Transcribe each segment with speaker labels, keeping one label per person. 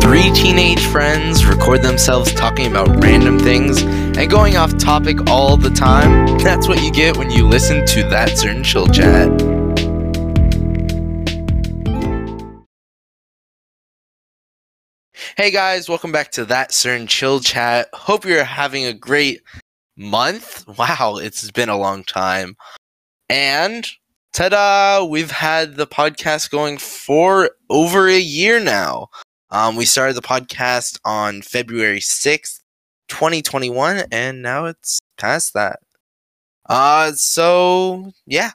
Speaker 1: Three teenage friends record themselves talking about random things and going off topic all the time. That's what you get when you listen to that certain chill chat. Hey guys, welcome back to that certain chill chat. Hope you're having a great month. Wow, it's been a long time. And ta-da, we've had the podcast going for over a year now. Um, we started the podcast on February 6th, 2021, and now it's past that. Uh, so, yeah.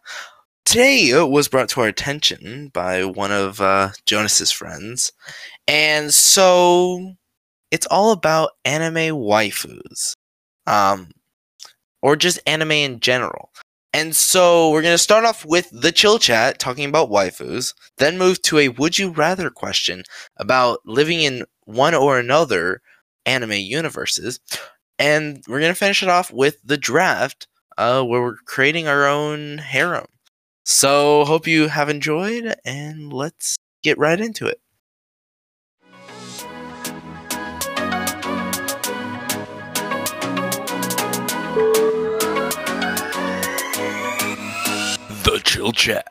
Speaker 1: Today it was brought to our attention by one of uh, Jonas's friends. And so it's all about anime waifus. Um, or just anime in general. And so we're going to start off with the chill chat talking about waifus, then move to a would you rather question about living in one or another anime universes. And we're going to finish it off with the draft uh, where we're creating our own harem. So hope you have enjoyed and let's get right into it. The Chill Chat.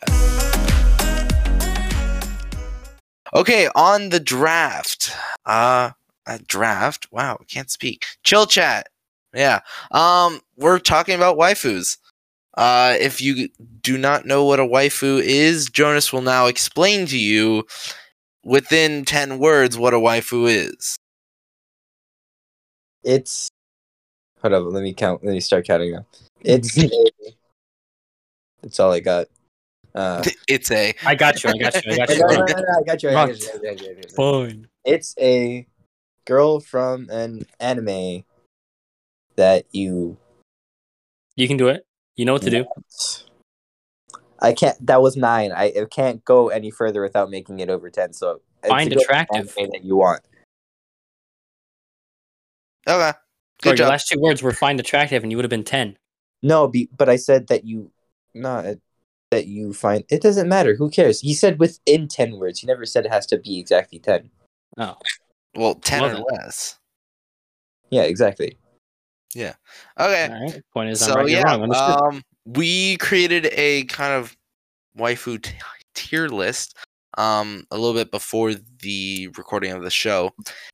Speaker 1: Okay, on the draft. Uh, a draft. Wow, I can't speak. Chill Chat. Yeah. Um, we're talking about waifus. Uh, if you do not know what a waifu is, Jonas will now explain to you within 10 words what a waifu is.
Speaker 2: It's hold on. Let me count. Let me start counting now. It's a- that's all I got. Uh,
Speaker 1: It's a.
Speaker 3: I got you. I got you. I got
Speaker 2: no,
Speaker 3: you.
Speaker 2: no, no, no, I got you. I got you, I got you, I got you, I got you.
Speaker 3: Fine.
Speaker 2: It's a girl from an anime that you.
Speaker 3: You can do it. You know what to do.
Speaker 2: I can't. That was nine. I, I can't go any further without making it over ten. So it's
Speaker 3: Find
Speaker 2: a girl from an
Speaker 3: attractive.
Speaker 2: anime that you want.
Speaker 1: Okay.
Speaker 3: Sorry,
Speaker 1: Good
Speaker 3: your
Speaker 1: job.
Speaker 3: last two words were find attractive, and you would have been ten.
Speaker 2: No, be, but I said that you not that you find it doesn't matter. Who cares? He said within ten words. He never said it has to be exactly ten.
Speaker 3: Oh,
Speaker 1: Well, 10 or
Speaker 3: Love
Speaker 1: less.
Speaker 2: Yeah, exactly.
Speaker 1: Okay.
Speaker 2: Eh,
Speaker 3: all right. Point is, I'm
Speaker 1: so
Speaker 3: right. you're
Speaker 1: yeah,
Speaker 3: wrong. Understood.
Speaker 2: uh,
Speaker 1: um, we created a kind of waifu t- tier list um a little bit before the recording of the show,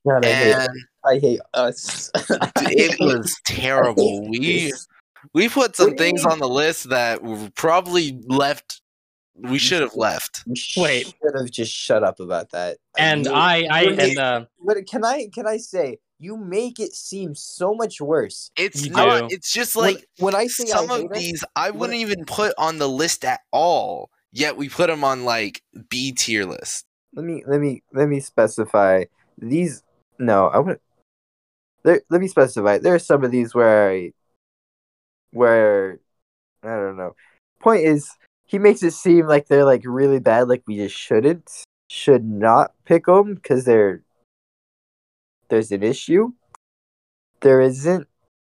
Speaker 2: God, I hate,
Speaker 1: and
Speaker 2: I hate us.
Speaker 1: it was terrible. We we put some things on the list that were probably left. We should have left.
Speaker 3: Wait.
Speaker 2: Should have just shut up about that.
Speaker 3: and
Speaker 2: You-
Speaker 3: I, I,
Speaker 2: you
Speaker 3: and
Speaker 2: make-
Speaker 3: uh,
Speaker 2: What can I? Can I say? You make it seem so much worse.
Speaker 1: It's
Speaker 3: You
Speaker 1: not.
Speaker 3: do.
Speaker 1: It's just
Speaker 2: When-
Speaker 1: like
Speaker 2: when, I say
Speaker 1: some
Speaker 2: I
Speaker 1: of
Speaker 2: hate us,
Speaker 1: these I wouldn't even put on the list at all. Yet we put them on like B tier list.
Speaker 2: let me let me let me specify these no i would there, let me specify there are some of these where i where i don't know point is he makes it seem like they're like really bad like we just shouldn't should not pick them because they're there's an issue there isn't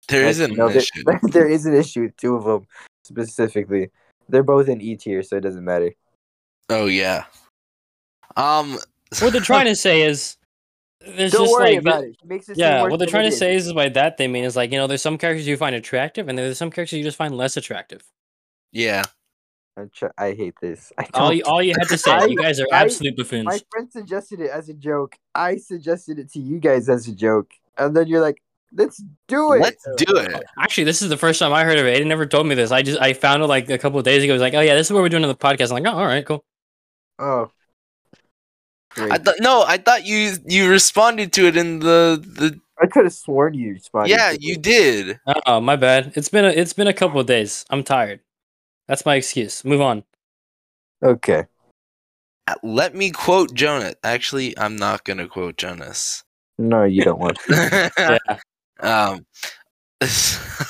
Speaker 1: There
Speaker 2: like,
Speaker 1: isn't
Speaker 2: no,
Speaker 1: an
Speaker 2: there-
Speaker 1: issue.
Speaker 2: there is an issue with two of them specifically they're both in e tier so it doesn't matter
Speaker 1: Oh yeah. Um.
Speaker 3: what they're trying to say is, there's
Speaker 2: don't
Speaker 3: just
Speaker 2: worry
Speaker 3: like,
Speaker 2: about it. He makes it seem
Speaker 3: yeah.
Speaker 2: worse
Speaker 3: What they're
Speaker 2: than
Speaker 3: trying
Speaker 2: it
Speaker 3: to
Speaker 2: is.
Speaker 3: say is, by that they mean is like, you know, there's some characters you find attractive, and there's some characters you just find less attractive.
Speaker 1: Yeah.
Speaker 2: I'm try- I hate this. I
Speaker 3: All
Speaker 2: don't-
Speaker 3: you, all you had to say,
Speaker 2: Oh, I-
Speaker 3: you guys are
Speaker 2: I-
Speaker 3: absolute buffoons.
Speaker 2: my friend suggested it as a joke. I suggested it to you guys as a joke, and then you're like, "Let's do it."
Speaker 1: Let's do it.
Speaker 3: Actually, this is the first time I heard of it. Aiden never told me this. I just I found it like a couple of days ago. It was like, oh yeah, this is what we're doing on the podcast. I'm like, oh, all right, cool.
Speaker 2: Oh, great.
Speaker 1: I
Speaker 2: I,
Speaker 1: thought no, I thought you you responded to it in the the
Speaker 2: could have sworn you responded.
Speaker 1: yeah
Speaker 2: to
Speaker 1: you
Speaker 2: it.
Speaker 1: did.
Speaker 3: Oh, my bad. It's been a it's been a couple of days. I'm tired. That's my excuse. Move on.
Speaker 2: Okay.
Speaker 1: Uh, Let me quote Jonas. Actually, I'm not gonna quote Jonas.
Speaker 2: No, you don't want.
Speaker 3: Yeah.
Speaker 1: um.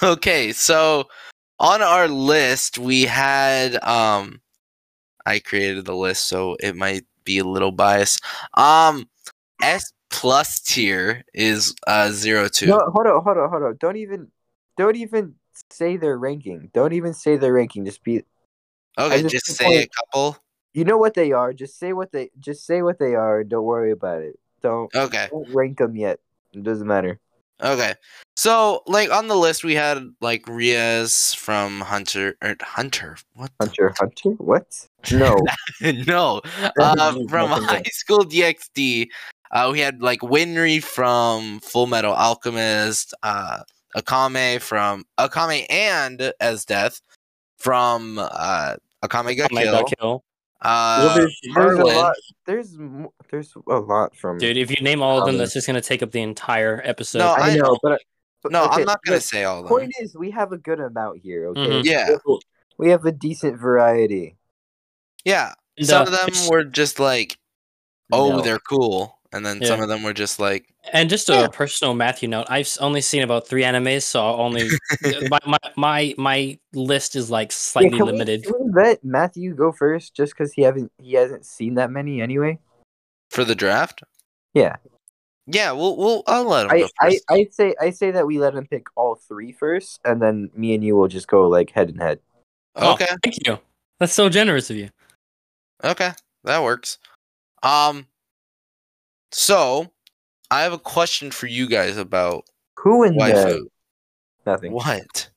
Speaker 1: Okay, so on our list we had um, I created the list, so it might be a little biased. Um, S plus tier is uh zero two.
Speaker 2: no, hold on, hold on, hold on. Don't even, don't even say their ranking. Don't even say their ranking. Just be.
Speaker 1: okay,
Speaker 2: just
Speaker 1: just
Speaker 2: keep
Speaker 1: say
Speaker 2: going.
Speaker 1: a couple.
Speaker 2: You know what they are. Just say what they just say what they are. and Don't worry about it. Don't,
Speaker 1: Okay.
Speaker 2: don't rank them yet. It doesn't matter.
Speaker 1: Okay. So, like on the list, we had like Riaz from Hunter or Hunter. What? the-
Speaker 2: Hunter, Hunter, what? No,
Speaker 1: no, uh, from High School DxD. Uh, we had like Winry from Full Metal Alchemist, uh, Akame from Akame and as Death from uh, Akame Ga
Speaker 3: My
Speaker 1: Kill.
Speaker 3: duck hill.
Speaker 1: Uh,
Speaker 3: there's-
Speaker 2: there's a
Speaker 1: Merlin.
Speaker 2: lot. There's mo- there's a lot from.
Speaker 3: Dude, if you name all of them,
Speaker 2: Um,
Speaker 3: that's just gonna take up the entire episode.
Speaker 1: No,
Speaker 2: I
Speaker 1: I-
Speaker 2: know, but, but-
Speaker 1: No,
Speaker 2: okay,
Speaker 1: I'm not gonna
Speaker 2: The
Speaker 1: say Mm-hmm. all of them.
Speaker 2: point is, we have a good amount here. Okay,
Speaker 3: Mhm.
Speaker 1: Yeah.
Speaker 2: we have a decent variety.
Speaker 1: Yeah,
Speaker 3: And,
Speaker 1: some
Speaker 3: uh,
Speaker 1: of them
Speaker 3: just-
Speaker 1: were just like, oh,
Speaker 2: No.
Speaker 1: they're cool, and then some of them were just like,
Speaker 3: And just a
Speaker 2: Yeah.
Speaker 3: personal Matthew note, I've s- only seen about three animes, so I'll only my, my my my list is like
Speaker 2: Yeah,
Speaker 3: slightly
Speaker 2: can we-
Speaker 3: limited.
Speaker 2: can we let Matthew go first, just because he haven't he hasn't seen that many anyway.
Speaker 1: for the draft.
Speaker 2: Yeah.
Speaker 1: yeah, we'll, we'll I'll let him
Speaker 2: I,
Speaker 1: go
Speaker 2: I
Speaker 1: first.
Speaker 2: I say I say that we let him pick all three first, and then me and you will just go like head and head.
Speaker 3: Oh,
Speaker 1: okay,
Speaker 3: thank you. That's so generous of you.
Speaker 1: okay, that works. Um, so I have a question for you guys about
Speaker 2: Who in
Speaker 1: waifu.
Speaker 2: the nothing?
Speaker 1: What?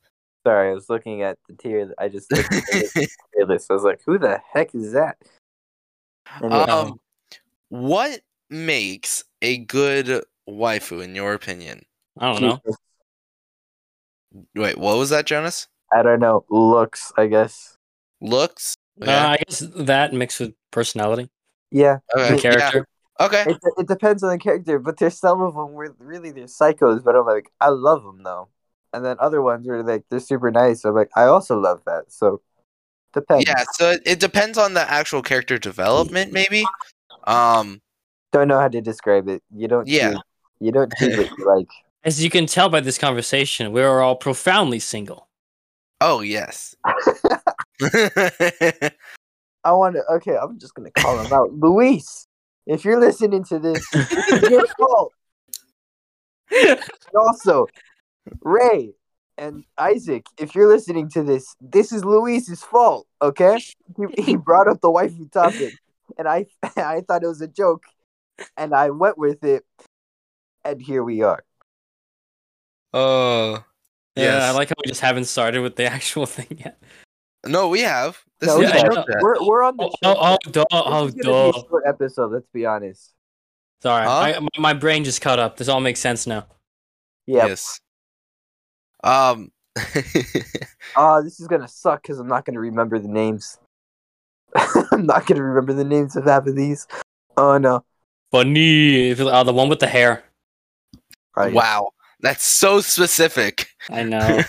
Speaker 2: Sorry, I was looking at the tier. that- I just looked at the tier list. I was like, "Who the heck is that?" Anyway,
Speaker 1: Um, what makes a good waifu in your opinion?
Speaker 3: I don't know.
Speaker 1: Wait, what was that, Jonas?
Speaker 2: I don't know. Looks, I guess.
Speaker 1: Looks?
Speaker 3: Uh, I guess that mixed with personality
Speaker 2: Yeah,
Speaker 1: Okay,
Speaker 3: and
Speaker 1: yeah,
Speaker 3: character.
Speaker 1: Okay.
Speaker 2: it, it depends on the character, but there's some of them where really they're psychos, but I'm like, I love them though. And then other ones where like they're super nice. I'm like, I also love that. So depends.
Speaker 1: yeah so it, it depends on the actual character development maybe um
Speaker 2: Don't know how to describe it. You don't.
Speaker 1: Yeah.
Speaker 2: choose- You don't choose what you like.
Speaker 3: As you can tell by this conversation, we are all profoundly single.
Speaker 1: oh yes
Speaker 2: I want to. Okay, I'm just gonna call him out, Luis. If you're listening to this, it's your fault. And also, Ray and Isaac, if you're listening to this, this is Luis's fault. Okay, he, he brought up the waifu topic, and I I thought it was a joke, and I went with it, and here we are.
Speaker 1: oh
Speaker 3: Yeah, I
Speaker 1: Yes.
Speaker 3: like how we just haven't started with the actual thing yet.
Speaker 1: no we have this
Speaker 2: No,
Speaker 1: is
Speaker 3: we
Speaker 1: a
Speaker 3: have.
Speaker 1: joke chat.
Speaker 2: We're we're on the
Speaker 3: Oh, oh,
Speaker 2: show.
Speaker 3: duh, oh,
Speaker 2: This is gonna be
Speaker 3: duh.
Speaker 2: a short episode. Let's be honest.
Speaker 3: Sorry,
Speaker 1: Huh?
Speaker 3: I, my, my brain just caught up. This all makes sense now.
Speaker 2: Yeah.
Speaker 1: yes um
Speaker 2: Oh, this is gonna suck because I'm not gonna remember the names. I'm not gonna remember the names of half of these. Oh no!
Speaker 3: Funny, if, uh, the one with the hair.
Speaker 2: Right.
Speaker 1: wow that's so specific
Speaker 3: I know.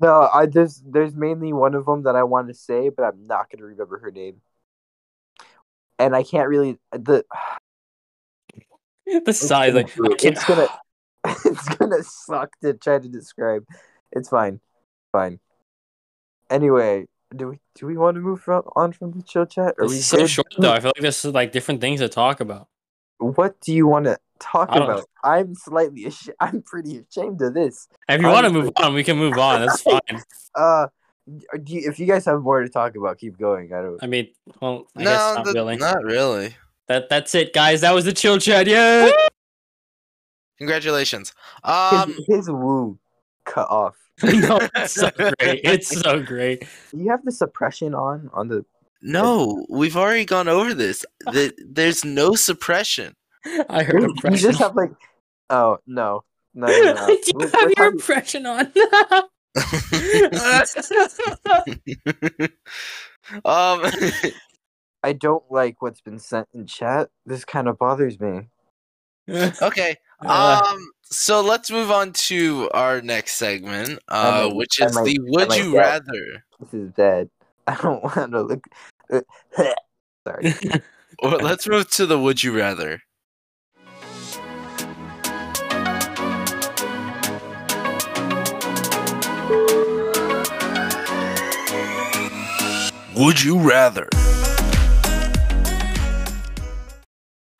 Speaker 2: No, I there's there's mainly one of them that I want to say, but I'm not gonna remember her name. And I can't really the
Speaker 3: the size, like I can't-
Speaker 2: it's gonna it's gonna suck to try to describe. It's fine, fine. Anyway, do we do we want to move from, on from the chill chat? Are
Speaker 3: This
Speaker 2: we
Speaker 3: is so
Speaker 2: good?
Speaker 3: short though. I feel like there's like different things to talk about.
Speaker 2: What do you want to talk
Speaker 3: I don't-
Speaker 2: about? I'm slightly ash- I'm pretty ashamed of this.
Speaker 3: If you want to move on, we can move on. That's fine.
Speaker 2: Uh, do you, if you guys have more to talk about, keep going. I don't.
Speaker 3: I mean, well, I
Speaker 1: no
Speaker 3: guess not
Speaker 1: th-
Speaker 3: really.
Speaker 1: not really
Speaker 3: That that's it, guys. That was the chill chat. Yeah.
Speaker 1: congratulations
Speaker 2: His,
Speaker 1: um
Speaker 2: his woo cut off.
Speaker 3: no, it's so great. It's so great.
Speaker 2: Do you have the suppression on on the?
Speaker 1: no we've already gone over this the, there's no suppression
Speaker 3: I heard
Speaker 2: You you
Speaker 3: impression.
Speaker 2: just have like. Oh no. No, no, no.
Speaker 3: Do you
Speaker 2: We're-
Speaker 3: have
Speaker 2: we're
Speaker 3: your
Speaker 2: talking-
Speaker 3: impression on?
Speaker 1: um
Speaker 2: I don't like what's been sent in chat. This kind of bothers me.
Speaker 1: okay
Speaker 3: Uh,
Speaker 1: Um. So let's move on to our next segment, uh,
Speaker 2: might-
Speaker 1: which
Speaker 2: I
Speaker 1: is
Speaker 2: might-
Speaker 1: the "Would
Speaker 2: might
Speaker 1: you
Speaker 2: get-
Speaker 1: rather"
Speaker 2: This is bad. I don't want to look. Sorry.
Speaker 1: or let's move to the "Would you rather." Would you rather?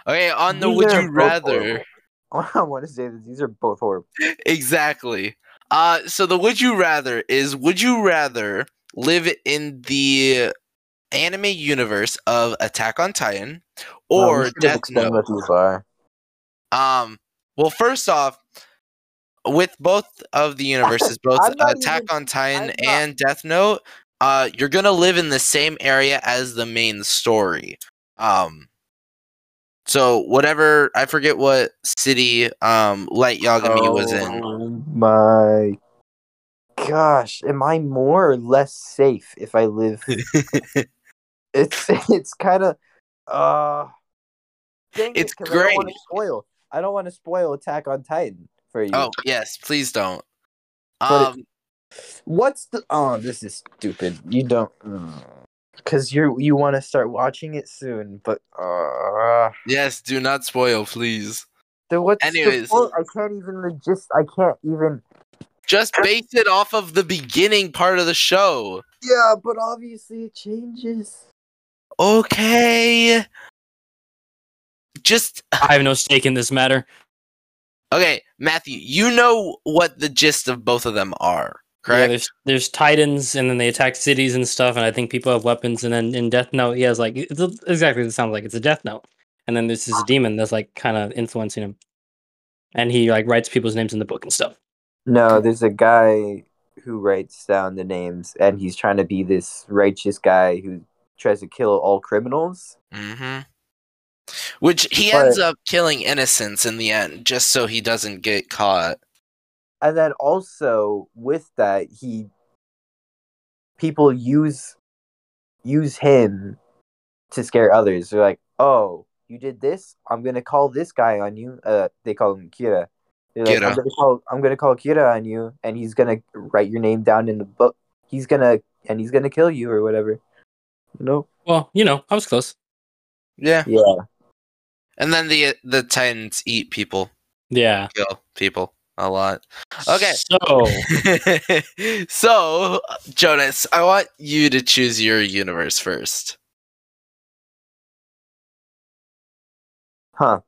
Speaker 1: Okay, on the
Speaker 2: These
Speaker 1: "Would
Speaker 2: are
Speaker 1: you
Speaker 2: both
Speaker 1: rather."
Speaker 2: horrible. I want to say that these are both horrible.
Speaker 1: exactly. Uh, so the would you rather is would you rather live in the anime universe of Attack on Titan
Speaker 2: Well, we
Speaker 1: or
Speaker 2: should have
Speaker 1: Death
Speaker 2: explained
Speaker 1: Note.
Speaker 2: what these are.
Speaker 1: Um, well, first off, with both of the universes, both
Speaker 2: I'm not
Speaker 1: Attack
Speaker 2: even-
Speaker 1: on Titan
Speaker 2: I'm not-
Speaker 1: and Death Note, uh, you're gonna live in the same area as the main story. Um, so whatever, I forget what city um Light Yagami was in.
Speaker 2: Oh my gosh, am I more or less safe if I live? it's it's kind of uh. dang it,
Speaker 1: It's
Speaker 2: 'cause I don't wanna
Speaker 1: great.
Speaker 2: spoil. I don't want to spoil Attack on Titan for you.
Speaker 1: Oh yes, please don't.
Speaker 2: But
Speaker 1: Um,
Speaker 2: What's the? Oh, this is stupid. You don't. Because you you want to start watching it soon, but uh,
Speaker 1: yes, do not spoil, please.
Speaker 2: then what's
Speaker 1: Anyways.
Speaker 2: the point? I can't even the gist. I can't even.
Speaker 1: Just base it off of the beginning part of the show.
Speaker 2: Yeah, but obviously it changes.
Speaker 1: Okay. Just
Speaker 3: I have no stake in this matter.
Speaker 1: Okay, Matthew, you know what the gist of both of them are,
Speaker 3: Yeah,
Speaker 1: correct?
Speaker 3: there's there's titans, and then they attack cities and stuff, and I think people have weapons. And then in Death Note, he has like it's a- exactly what it sounds like. It's a Death Note, and then there's this demon that's like kind of influencing him, and he like writes people's names in the book and stuff.
Speaker 2: No, there's a guy who writes down the names, and he's trying to be this righteous guy who tries to kill all criminals.
Speaker 1: hmm Which he
Speaker 2: But-
Speaker 1: ends up killing innocents in the end, just so he doesn't get caught.
Speaker 2: and then also with that he people use use him to scare others they're like oh you did this i'm gonna call this guy on you uh they call him kira they're like,
Speaker 1: Kira.
Speaker 2: I'm, gonna call, I'm gonna call kira on you and he's gonna write your name down in the book he's gonna and he's gonna kill you or whatever no
Speaker 3: Well, you know, I was close.
Speaker 1: Yeah,
Speaker 2: yeah
Speaker 1: and then the the Titans eat people,
Speaker 3: Yeah.
Speaker 1: kill people a lot. Okay.
Speaker 3: So
Speaker 1: so, Jonas, I want you to choose your universe first.
Speaker 2: Huh.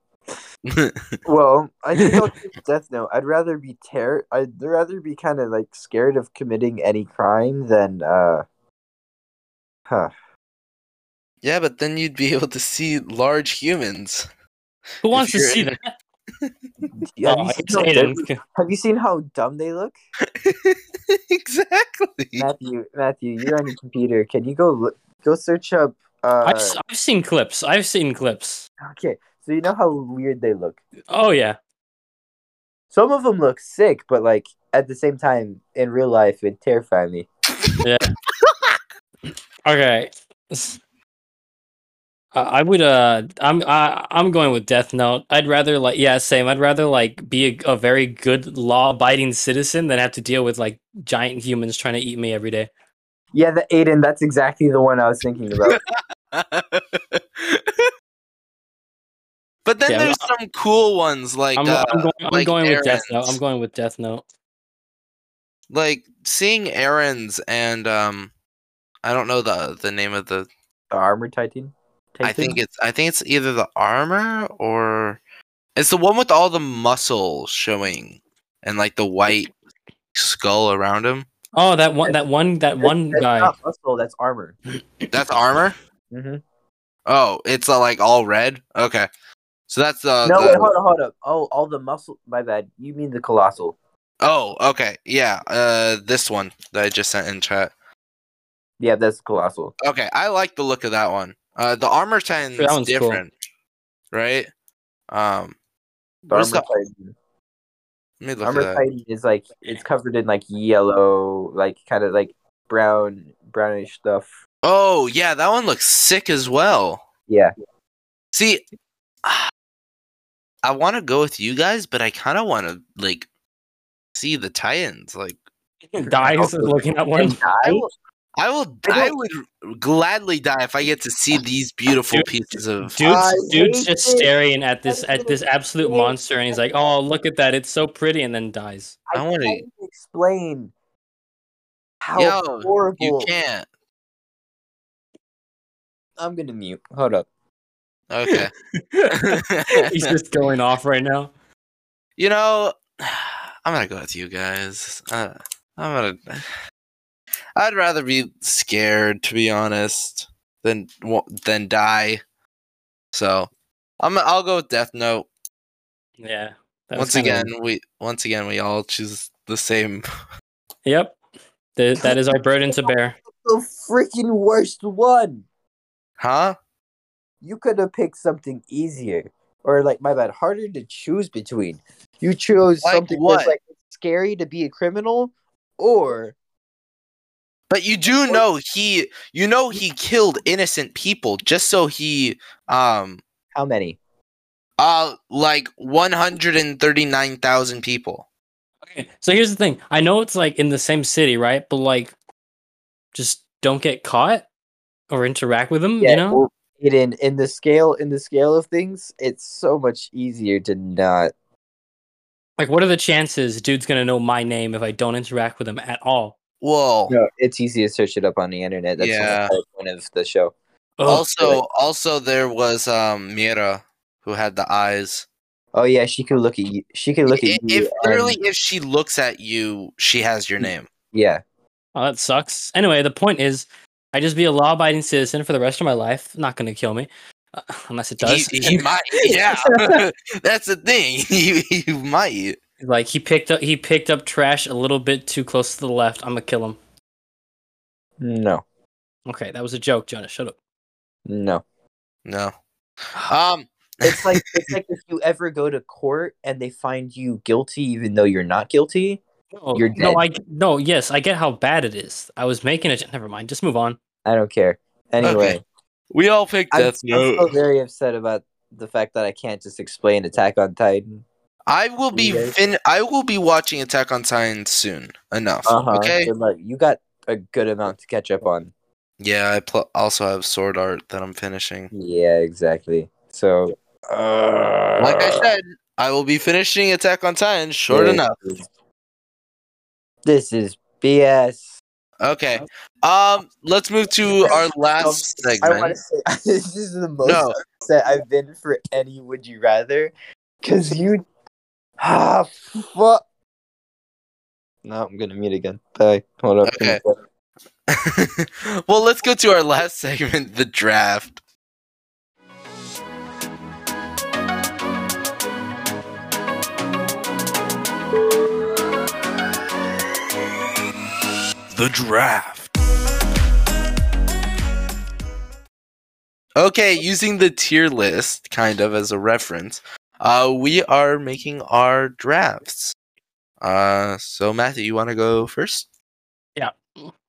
Speaker 2: well, I think I'll take Death Note. I'd rather be ter- I'd rather be kind of like scared of committing any crime than uh. Huh.
Speaker 1: Yeah, but then you'd be able to see large humans.
Speaker 3: who wants to
Speaker 1: you're
Speaker 3: see
Speaker 1: in-
Speaker 3: that?
Speaker 2: Yeah,
Speaker 3: Oh,
Speaker 2: have, you
Speaker 3: it's
Speaker 2: seen how
Speaker 3: Aiden.
Speaker 2: dumb- have you seen how dumb they look,
Speaker 1: exactly.
Speaker 2: Matthew? Matthew, you're on your computer. Can you go look, go search up? Uh,
Speaker 3: I've, s- I've seen clips. I've seen clips.
Speaker 2: okay, so you know how weird they look.
Speaker 3: Oh yeah.
Speaker 2: Some of them look sick, but like at the same time, in real life, it terrify me.
Speaker 3: Okay. S- I I would uh I'm I, I'm going with Death Note. I'd rather like yeah, same. I'd rather like be a, a very good law-abiding citizen than have to deal with like giant humans trying to eat me every day.
Speaker 2: Yeah, the Aiden. That's exactly the one I was thinking about.
Speaker 1: but then
Speaker 3: Yeah,
Speaker 1: there's
Speaker 3: I'm-
Speaker 1: some cool ones like
Speaker 3: I'm,
Speaker 1: uh,
Speaker 3: I'm going, I'm
Speaker 1: like
Speaker 3: going with Death Note.
Speaker 1: errands.
Speaker 3: I'm going with Death Note.
Speaker 1: like seeing errands and um I don't know the the name of the
Speaker 2: The armor titan.
Speaker 1: I think it's I think it's either the armor or it's the one with all the muscle showing and like the white skull around him.
Speaker 3: Oh, that one that one that one
Speaker 2: that's
Speaker 3: guy.
Speaker 2: Not muscle, that's armor.
Speaker 1: That's armor?
Speaker 2: Mm-hmm.
Speaker 1: Oh, it's uh, like all red. Okay. So that's uh,
Speaker 2: no,
Speaker 1: the
Speaker 2: wait, hold up, hold up. Oh, all the muscle. My bad. You mean the colossal?
Speaker 1: Oh, okay. Yeah, uh this one that I just sent in chat.
Speaker 2: Yeah, that's colossal.
Speaker 1: Okay, I like the look of that one. Uh, the armor titan's
Speaker 3: that one's cool.
Speaker 1: different, right? Um,
Speaker 2: The
Speaker 1: Where's
Speaker 2: armor
Speaker 1: the-
Speaker 2: titan.
Speaker 1: let me look
Speaker 2: Armor
Speaker 1: at that.
Speaker 2: titan is like it's covered in like yellow, like kind of like brown, brownish stuff.
Speaker 1: Oh yeah, that one looks sick as well.
Speaker 2: Yeah.
Speaker 1: See, I want to go with you guys, but I kind of want to like see the titans. Like,
Speaker 3: Dies looking at one.
Speaker 2: And I,
Speaker 1: will- I will. I,
Speaker 2: I
Speaker 1: would gladly die if I get to see these beautiful
Speaker 3: Dude,
Speaker 1: pieces of.
Speaker 2: I
Speaker 3: Dude's, dude's just
Speaker 2: hate it.
Speaker 3: staring at this
Speaker 2: I
Speaker 3: at this
Speaker 2: hate
Speaker 3: absolute
Speaker 2: it.
Speaker 3: monster, and he's like, "Oh, look at that! It's so pretty," and then dies.
Speaker 2: I
Speaker 1: I wanna-
Speaker 2: can't explain how
Speaker 1: Yo,
Speaker 2: horrible.
Speaker 1: You can't.
Speaker 2: I'm gonna mute. Hold up.
Speaker 1: Okay.
Speaker 3: he's just going off right now.
Speaker 1: You know, I'm gonna go with you guys. Uh, I'm gonna. I'd rather be scared, to be honest. than wa- than die. So I'm I'll go with Death Note.
Speaker 3: Yeah. that
Speaker 1: Once
Speaker 3: was kinda-
Speaker 1: again, we once again we all choose the same.
Speaker 3: Yep. Th- that is our burden to bear.
Speaker 2: The freaking worst one.
Speaker 1: Huh?
Speaker 2: You could have picked something easier, or like my bad, harder to choose between. You chose
Speaker 1: Like
Speaker 2: something
Speaker 1: what?
Speaker 2: that's like scary to be a criminal, or
Speaker 1: But you do
Speaker 2: Or-
Speaker 1: know he you know he killed innocent people just so he um
Speaker 2: how many?
Speaker 1: uh like 139,000 people.
Speaker 3: Okay. So here's the thing. I know it's like in the same city, right? But like just don't get caught or interact with them, Hmm, you know?
Speaker 2: well, it in in the scale in the scale of things, it's so much easier to not.
Speaker 3: like what are the chances dude's going to know my name if I don't interact with him at all?
Speaker 1: Whoa.
Speaker 2: No, it's easy to search it up on the internet. That's
Speaker 1: Yeah.
Speaker 2: yeah. the whole point of the show.
Speaker 3: Ugh.
Speaker 1: also also there was um Mira who had the eyes.
Speaker 2: Oh yeah, she could look at you. She could look at
Speaker 1: I-
Speaker 2: you. um,
Speaker 1: if literally
Speaker 2: and-
Speaker 1: if she looks at you, she has your name.
Speaker 2: yeah,
Speaker 3: Oh, that sucks. Anyway, the point is, I just be a law abiding citizen for the rest of my life. Not going to kill me. Uh, unless it does.
Speaker 1: He, he might yeah. That's the thing. You you might.
Speaker 3: like he picked up he picked up trash a little bit too close to the left. I'm going to kill him.
Speaker 2: no,
Speaker 3: Okay, that was a joke, Jonah. Shut up.
Speaker 2: no.
Speaker 1: No. Um
Speaker 2: It's like it's like if you ever go to court and they find you guilty, even though you're not guilty.
Speaker 3: No,
Speaker 2: You're
Speaker 3: Oh, no,
Speaker 2: dead.
Speaker 3: I no, yes, I get how bad it is. I was making it. Never mind. Just move on.
Speaker 2: I don't care. Anyway,
Speaker 1: we all picked
Speaker 2: I'm, I'm
Speaker 1: Death Note.
Speaker 2: still very upset about the fact that I can't just explain Attack on Titan.
Speaker 1: I will be
Speaker 2: Yes.
Speaker 1: fin- I will be watching Attack on Titan soon enough.
Speaker 2: Uh-huh.
Speaker 1: Okay.
Speaker 2: Good luck. You got a good amount to catch up on.
Speaker 1: Yeah, I pl- also have Sword Art that I'm finishing.
Speaker 2: Yeah, exactly. So, uh,
Speaker 1: Like I said, I will be finishing Attack on Titan short
Speaker 2: this
Speaker 1: enough.
Speaker 2: is- This is BS.
Speaker 1: Okay. Um, let's move to our last
Speaker 2: Um, I want
Speaker 1: segment.
Speaker 2: to say this is the most
Speaker 1: No.
Speaker 2: upset I've been for any Would You Rather, because you ah fuck. No, I'm gonna mute again. Bye. Hold up.
Speaker 1: Okay. well, let's go to our last segment, the draft. The draft. Okay, using the tier list kind of as a reference, uh, we are making our drafts. Uh, so Matthew, you want to go first?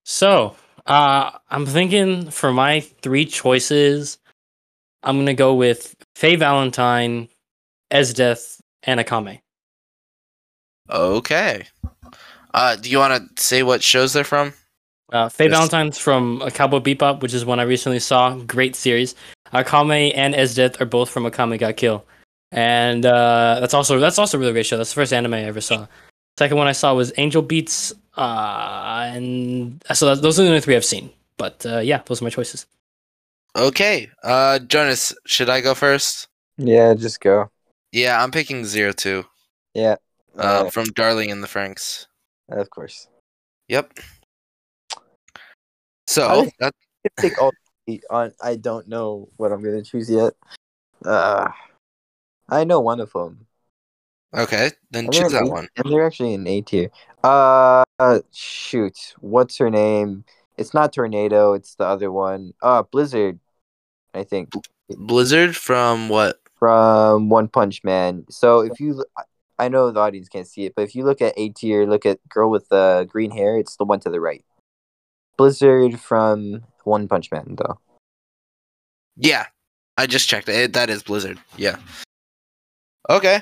Speaker 3: So, uh, I'm thinking for my three choices, I'm gonna go with Faye Valentine, Esdeath, and Akame.
Speaker 1: Okay. Uh, do you want to say what shows they're from?
Speaker 3: Uh, Faye
Speaker 1: Yes.
Speaker 3: Valentine's from uh, Cowboy Bebop, which is one I recently saw. Great series. Akame and Esdeath are both from Akame Ga Kill, and uh, that's also that's also a really great show. That's the first anime I ever saw. Second one I saw was Angel Beats, uh, and so that, those are the only three I've seen. But uh, yeah, those are my choices.
Speaker 1: Okay. Uh, Jonas, should I go first?
Speaker 2: Yeah, just go.
Speaker 1: Yeah, I'm picking zero two.
Speaker 2: Yeah.
Speaker 1: Uh,
Speaker 2: Uh,
Speaker 1: from Darling in the Franks.
Speaker 2: of course.
Speaker 1: Yep.
Speaker 2: How
Speaker 1: So
Speaker 2: did-
Speaker 1: that,
Speaker 2: It's like all on. I don't know what I'm gonna choose yet. Uh, I know one of them,
Speaker 1: okay, then
Speaker 2: I
Speaker 1: choose
Speaker 2: don't
Speaker 1: that
Speaker 2: think-
Speaker 1: one.
Speaker 2: and they're actually in A tier. Uh, uh, shoot, what's her name? It's not tornado. It's the other one. Uh, Blizzard, I think
Speaker 1: Blizzard from what?
Speaker 2: from One Punch Man. So if you, l- I know the audience can't see it, but if you look at A tier, look at girl with the green hair. It's the one to the right. Blizzard from One Punch Man, though.
Speaker 1: Yeah, I just checked it. That is Blizzard. Yeah. Okay.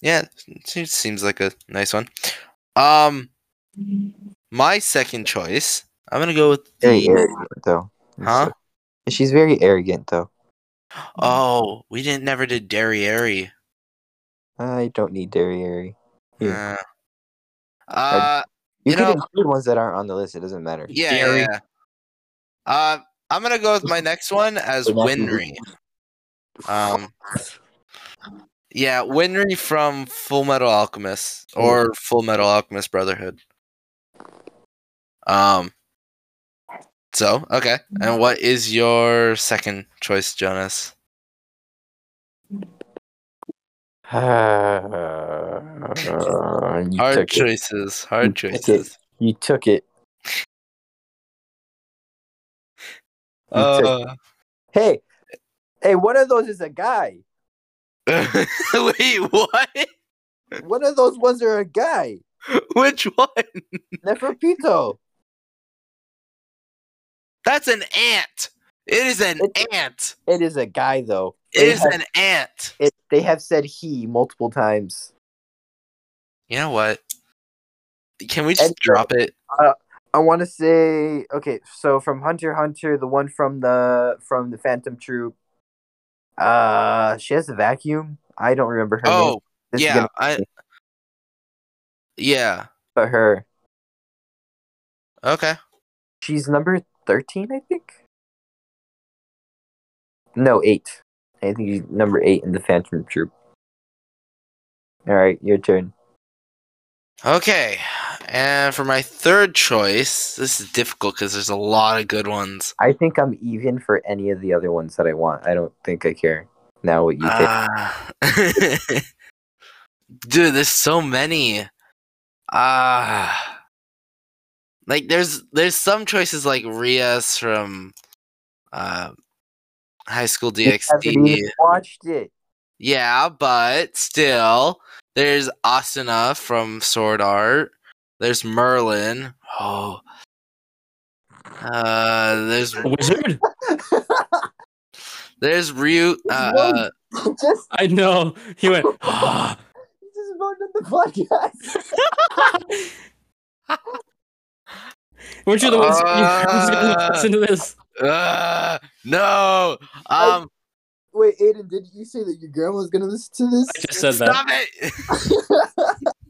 Speaker 1: Yeah, it se- seems like a nice one. Um, my second choice. I'm gonna go with
Speaker 2: Very
Speaker 1: the.
Speaker 2: arrogant, though.
Speaker 1: Huh?
Speaker 2: She's very arrogant, though.
Speaker 1: Oh, we didn't never did Derriere.
Speaker 2: I don't need Derriere.
Speaker 1: Yeah. Uh,
Speaker 2: You,
Speaker 1: You
Speaker 2: can
Speaker 1: know-
Speaker 2: include ones that aren't on the list. It doesn't matter.
Speaker 1: yeah, yeah,
Speaker 3: Derry.
Speaker 1: yeah. Uh, I'm gonna go with my next one as Winry. Um, yeah, Winry from Full Metal Alchemist or Full Metal Alchemist Brotherhood. Um, So okay. And what is your second choice, Jonas?
Speaker 2: you,
Speaker 1: Hard
Speaker 2: took it.
Speaker 1: choices. Hard
Speaker 2: You took it.
Speaker 1: choices.
Speaker 2: you took it. You
Speaker 1: Uh,
Speaker 2: Hey, hey, one of those is a guy.
Speaker 1: Uh, wait, what?
Speaker 2: One of those ones are a guy.
Speaker 1: Which one?
Speaker 2: Neferpito.
Speaker 1: That's an ant. It is an
Speaker 2: It's-
Speaker 1: ant.
Speaker 2: It is a guy though.
Speaker 1: It
Speaker 2: they
Speaker 1: is
Speaker 2: have-
Speaker 1: an ant.
Speaker 2: It, they have said he multiple times.
Speaker 1: You know what? Can we just
Speaker 2: And-
Speaker 1: drop it?
Speaker 2: I want to say okay. So from Hunter x Hunter, the one from the from the Phantom Troop. Uh, she has a vacuum. I don't remember her name.
Speaker 1: Oh,
Speaker 2: This is
Speaker 1: yeah.
Speaker 2: gonna
Speaker 1: I. Yeah.
Speaker 2: put her.
Speaker 1: Okay.
Speaker 2: She's number thirteen, I think. No, eight. I think she's number eight in the Phantom Troop. All right, your turn.
Speaker 1: Okay. And for my third choice, this is difficult because there's a lot of good ones.
Speaker 2: I think I'm even for any of the other ones that I want. I don't think I care now what you think.
Speaker 1: Ah. Dude, there's so many. Ah. like there's there's some choices like Rias from uh, High School
Speaker 2: You haven't
Speaker 1: DxD.
Speaker 2: even watched it.
Speaker 1: Yeah, but still, there's Asuna from Sword Art. There's Merlin. Oh. Uh, there's
Speaker 3: Wizard?
Speaker 1: there's Ryu. Uh, uh,
Speaker 2: Just
Speaker 3: I know. He went, ah.
Speaker 2: You just voted on the podcast.
Speaker 3: Weren't you the ones who's going
Speaker 1: Uh,
Speaker 3: to listen to this?
Speaker 1: uh, no. Um,
Speaker 2: Wait, Aiden, did you say that your grandma was gonna listen to this?
Speaker 3: I just said that.
Speaker 1: stop it.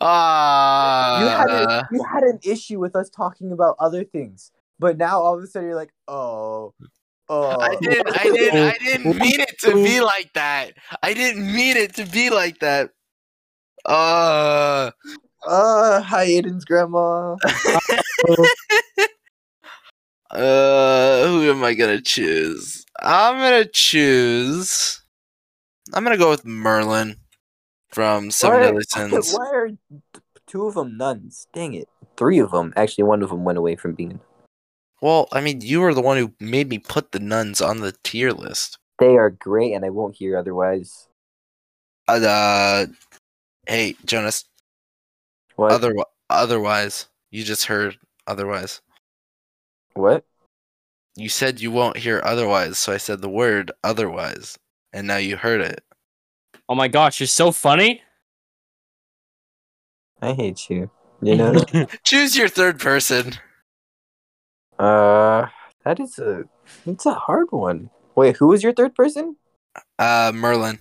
Speaker 1: Ah.
Speaker 2: You had it. You had an issue with us talking about other things, but now all of a sudden you're like, oh, oh.
Speaker 1: I didn't. I didn't. I didn't mean it to be like that. I didn't mean it to be like that. Uh,
Speaker 2: Uh, hi, Aiden's grandma.
Speaker 1: uh, who am I gonna choose? I'm gonna choose. I'm gonna go with Merlin from Seven
Speaker 2: Why-
Speaker 1: Deadly Sins.
Speaker 2: Why are two of them nuns? Dang it. Three of them. Actually, one of them went away from being.
Speaker 1: Well, I mean, you were the one who made me put the nuns on the tier list.
Speaker 2: They are great, and I won't hear otherwise.
Speaker 1: Uh, uh hey, Jonas.
Speaker 2: What?
Speaker 1: Other, otherwise, you just heard otherwise.
Speaker 2: what?
Speaker 1: You said you won't hear otherwise, so I said the word otherwise, and now you heard it.
Speaker 3: Oh my gosh, you're so funny.
Speaker 2: I hate you. You know.
Speaker 1: Choose your third person.
Speaker 2: Uh, that is a it's a hard one. Wait, who was your third person?
Speaker 1: Uh, Merlin.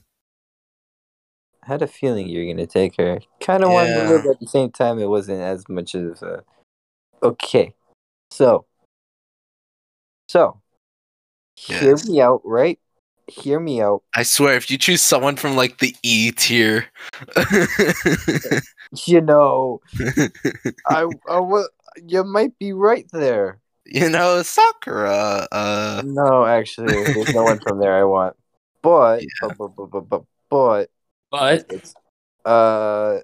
Speaker 2: I had a feeling you were gonna take her. Kind of wanted
Speaker 1: Yeah.
Speaker 2: to, but at the same time, it wasn't as much of a. Okay, so, so, hear
Speaker 1: Yes.
Speaker 2: me out, right? Hear me out.
Speaker 1: I swear, if you choose someone from like the E tier,
Speaker 2: You know, I, I wa- you might be right there.
Speaker 1: you know, Sakura. Uh,
Speaker 2: No, actually, there's no one from there I want. But,
Speaker 1: Yeah.
Speaker 2: but, but, but, but, but
Speaker 3: But
Speaker 2: it's uh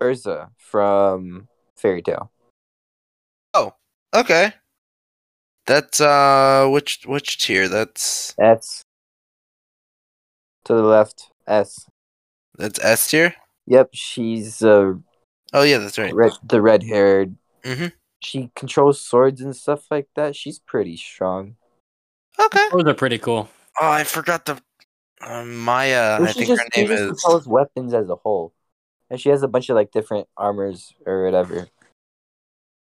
Speaker 2: Urza from Fairy Tale.
Speaker 1: okay. That's uh, which which tier? That's
Speaker 2: That's to the left. S.
Speaker 1: that's S tier.
Speaker 2: Yep, she's uh
Speaker 1: Oh yeah, that's right.
Speaker 2: red, the red haired.
Speaker 1: Mhm.
Speaker 2: She controls swords and stuff like that. She's pretty strong.
Speaker 1: Okay.
Speaker 3: those are pretty cool.
Speaker 1: Oh, I forgot the uh, Maya.
Speaker 2: Well,
Speaker 1: I
Speaker 2: she
Speaker 1: think
Speaker 2: just,
Speaker 1: her
Speaker 2: she
Speaker 1: name
Speaker 2: just
Speaker 1: is.
Speaker 2: controls weapons as a whole, and she has a bunch of like different armors or whatever.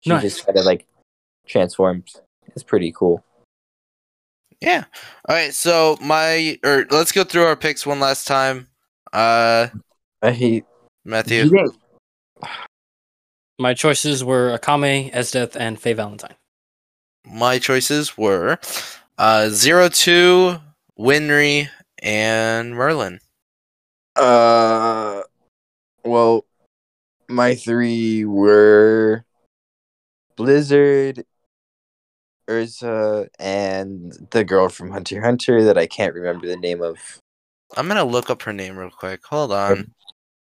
Speaker 2: She
Speaker 3: Nice.
Speaker 2: just kind of like transforms. It's pretty cool.
Speaker 1: Yeah. All right. So my or let's go through our picks one last time. Uh,
Speaker 2: I hate
Speaker 1: Matthew.
Speaker 2: You didn't-
Speaker 3: My choices were Akame, Esdeath, and Faye Valentine.
Speaker 1: my choices were uh zero two Winry and Merlin.
Speaker 2: Uh, well, my three were Blizzard, Urza, and the girl from Hunter x Hunter that I can't remember the name of.
Speaker 1: I'm gonna look up her name real quick. Hold
Speaker 3: Um,
Speaker 1: on.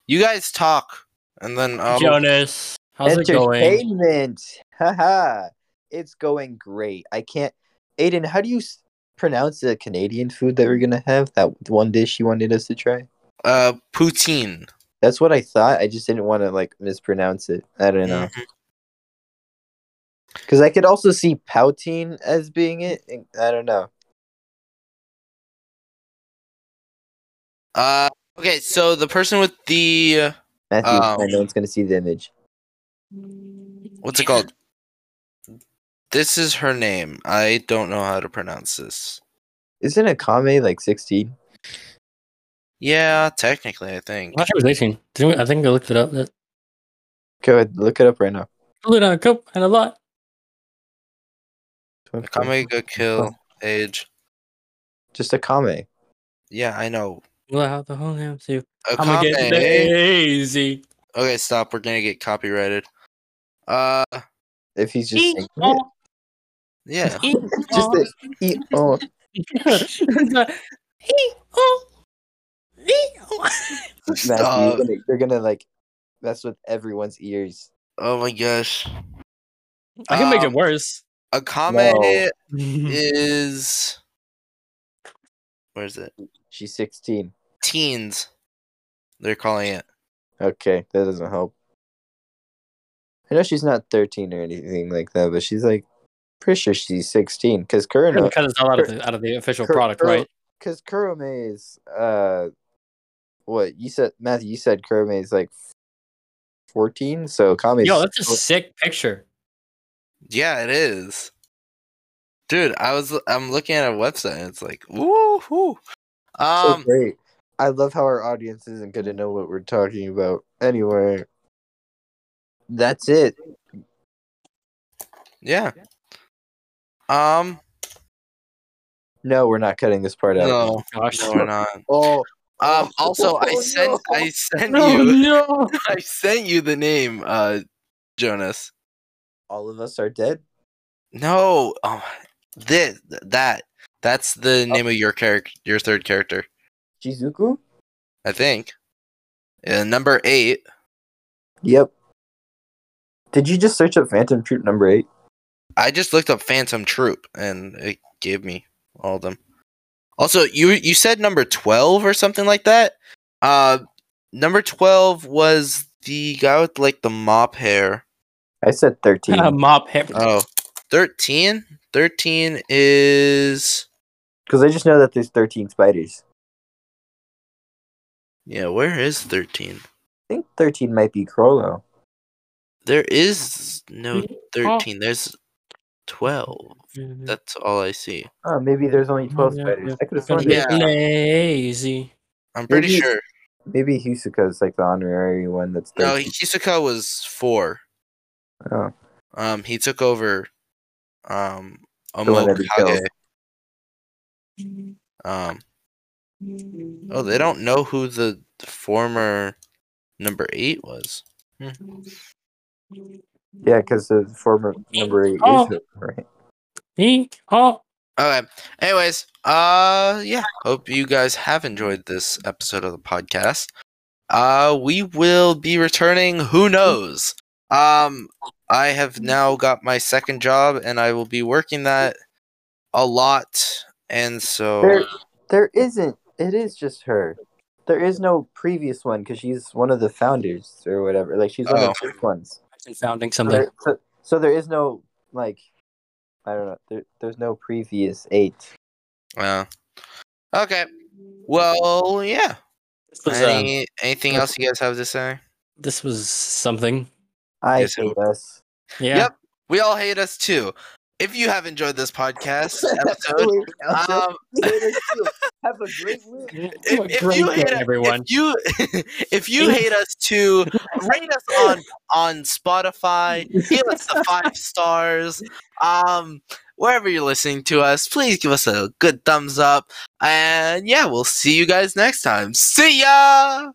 Speaker 1: You guys talk, and then um, I'll...
Speaker 3: Jonas, how's it going?
Speaker 2: Entertainment. Haha. It's going great. I can't. Aiden, how do you s- pronounce the Canadian food that we're gonna have? That one dish you wanted us to try.
Speaker 1: uh poutine.
Speaker 2: That's what I thought. I just didn't want to like mispronounce it. I don't know. Because I could also see Palpatine as being it. and- I don't know.
Speaker 1: Uh, okay, so the person with the
Speaker 2: Matthew,
Speaker 1: Oh.
Speaker 2: I know it's gonna see the image.
Speaker 1: what's it called? This is her name. I don't know how to pronounce this.
Speaker 2: Isn't Akame like sixteen?
Speaker 1: Yeah, technically, I think.
Speaker 3: I thought she was 18. Didn't we, I think I looked it up. That-
Speaker 2: Go ahead, look it up right now.
Speaker 3: Look at cup and a lot.
Speaker 1: Akame go kill age.
Speaker 2: Just Akame.
Speaker 1: Yeah, I know.
Speaker 3: Look how the whole name too. I'm gonna
Speaker 1: Akame.
Speaker 3: get lazy.
Speaker 1: Okay, stop. We're gonna get copyrighted. Uh,
Speaker 2: If he's just thinking it.
Speaker 1: yeah.
Speaker 2: just the e- oh. Matthew, you're
Speaker 1: Stop.
Speaker 2: gonna, you're gonna like mess with everyone's ears.
Speaker 1: Oh my gosh.
Speaker 3: I can make it
Speaker 1: Um,
Speaker 3: worse.
Speaker 1: Akame
Speaker 2: No.
Speaker 3: Hmm.
Speaker 1: is. Where's it?
Speaker 2: She's sixteen.
Speaker 1: Teens. They're calling it.
Speaker 2: Okay, that doesn't help. I know she's not thirteen or anything like that, but she's like pretty sure she's sixteen because
Speaker 3: We're gonna
Speaker 2: Kurano
Speaker 3: cut this all out of the out of the official
Speaker 2: Cur-
Speaker 3: product,
Speaker 2: Cur-
Speaker 3: right?
Speaker 2: because Kurome is uh, what you said, Matthew. You said Kurome is like fourteen, so Kame.
Speaker 3: Yo, that's a sick picture.
Speaker 1: Yeah, it is. Dude, I was I'm looking at a website and it's like, woohoo.
Speaker 2: so
Speaker 1: Um
Speaker 2: great. I love how our audience isn't going to know what we're talking about. Anyway, that's it.
Speaker 1: yeah. Um
Speaker 2: No, we're not cutting this part out.
Speaker 1: no,
Speaker 3: Gosh.
Speaker 1: no we're not.
Speaker 2: Oh,
Speaker 1: Um also I
Speaker 2: Oh,
Speaker 1: sent
Speaker 2: no.
Speaker 1: I sent
Speaker 3: No,
Speaker 1: you
Speaker 3: no.
Speaker 1: I sent you the name, uh Jonas.
Speaker 2: all of us are dead.
Speaker 1: No, um this that that's the name of your character your third character,
Speaker 2: Jizuku.
Speaker 1: I think. Uh, number eight.
Speaker 2: Yep. Did you just search up Phantom Troop number eight?
Speaker 1: I just looked up Phantom Troop and it gave me all of them. Also, you you said number twelve or something like that. Uh, number twelve was the guy with like the mop hair.
Speaker 2: I said thirteen.
Speaker 3: Mop hair.
Speaker 1: Oh, 13? 13 is
Speaker 2: Because I just know that there's thirteen spiders.
Speaker 1: yeah. Where is thirteen?
Speaker 2: I think thirteen might be Crollo.
Speaker 1: There is no thirteen. There's twelve. That's all I see.
Speaker 2: Oh, maybe there's only twelve
Speaker 3: Yeah,
Speaker 2: spiders.
Speaker 3: yeah.
Speaker 2: I could have
Speaker 3: Gonna
Speaker 2: sworn.
Speaker 1: Yeah.
Speaker 2: Yeah.
Speaker 3: get lazy.
Speaker 1: I'm pretty
Speaker 2: Maybe-
Speaker 1: sure.
Speaker 2: Maybe Hisoka is like the honorary one. That's
Speaker 1: No,
Speaker 2: 13.
Speaker 1: Hisoka was four.
Speaker 2: Oh.
Speaker 1: Um, he took over. Um,
Speaker 2: The one that he
Speaker 1: Omokage. Um, oh, they don't know who the former number eight was.
Speaker 2: Yeah, because the former number eight
Speaker 3: Oh.
Speaker 2: is right.
Speaker 3: Eek, oh.
Speaker 1: Okay. Anyways, uh, yeah. Hope you guys have enjoyed this episode of the podcast. Uh, we will be returning. Who knows? Um, I have now got my second job, and I will be working that a lot. And so,
Speaker 2: There, there isn't. It is just her. There is no previous one because she's one of the founders or whatever. Like she's one of
Speaker 1: Oh.
Speaker 2: the first ones.
Speaker 3: I've been founding
Speaker 2: So
Speaker 3: something.
Speaker 2: there, so, so there is no like, I don't know. There, there's no previous eight.
Speaker 1: uh, okay. Well, yeah.
Speaker 3: This was, uh,
Speaker 1: Any, anything else you guys have to say?
Speaker 3: this was something.
Speaker 2: I
Speaker 1: Yes, it
Speaker 2: hate us.
Speaker 3: Yeah.
Speaker 1: Yep. We all hate us too. If you have enjoyed this podcast episode,
Speaker 2: Absolutely.
Speaker 1: um,
Speaker 2: Have a great week.
Speaker 1: if, if you hate us,
Speaker 3: everyone.
Speaker 1: if you if you hate us too, rate us on on Spotify. Give us the five stars. Um, wherever you're listening to us, please give us a good thumbs up. And yeah, we'll see you guys next time. See ya.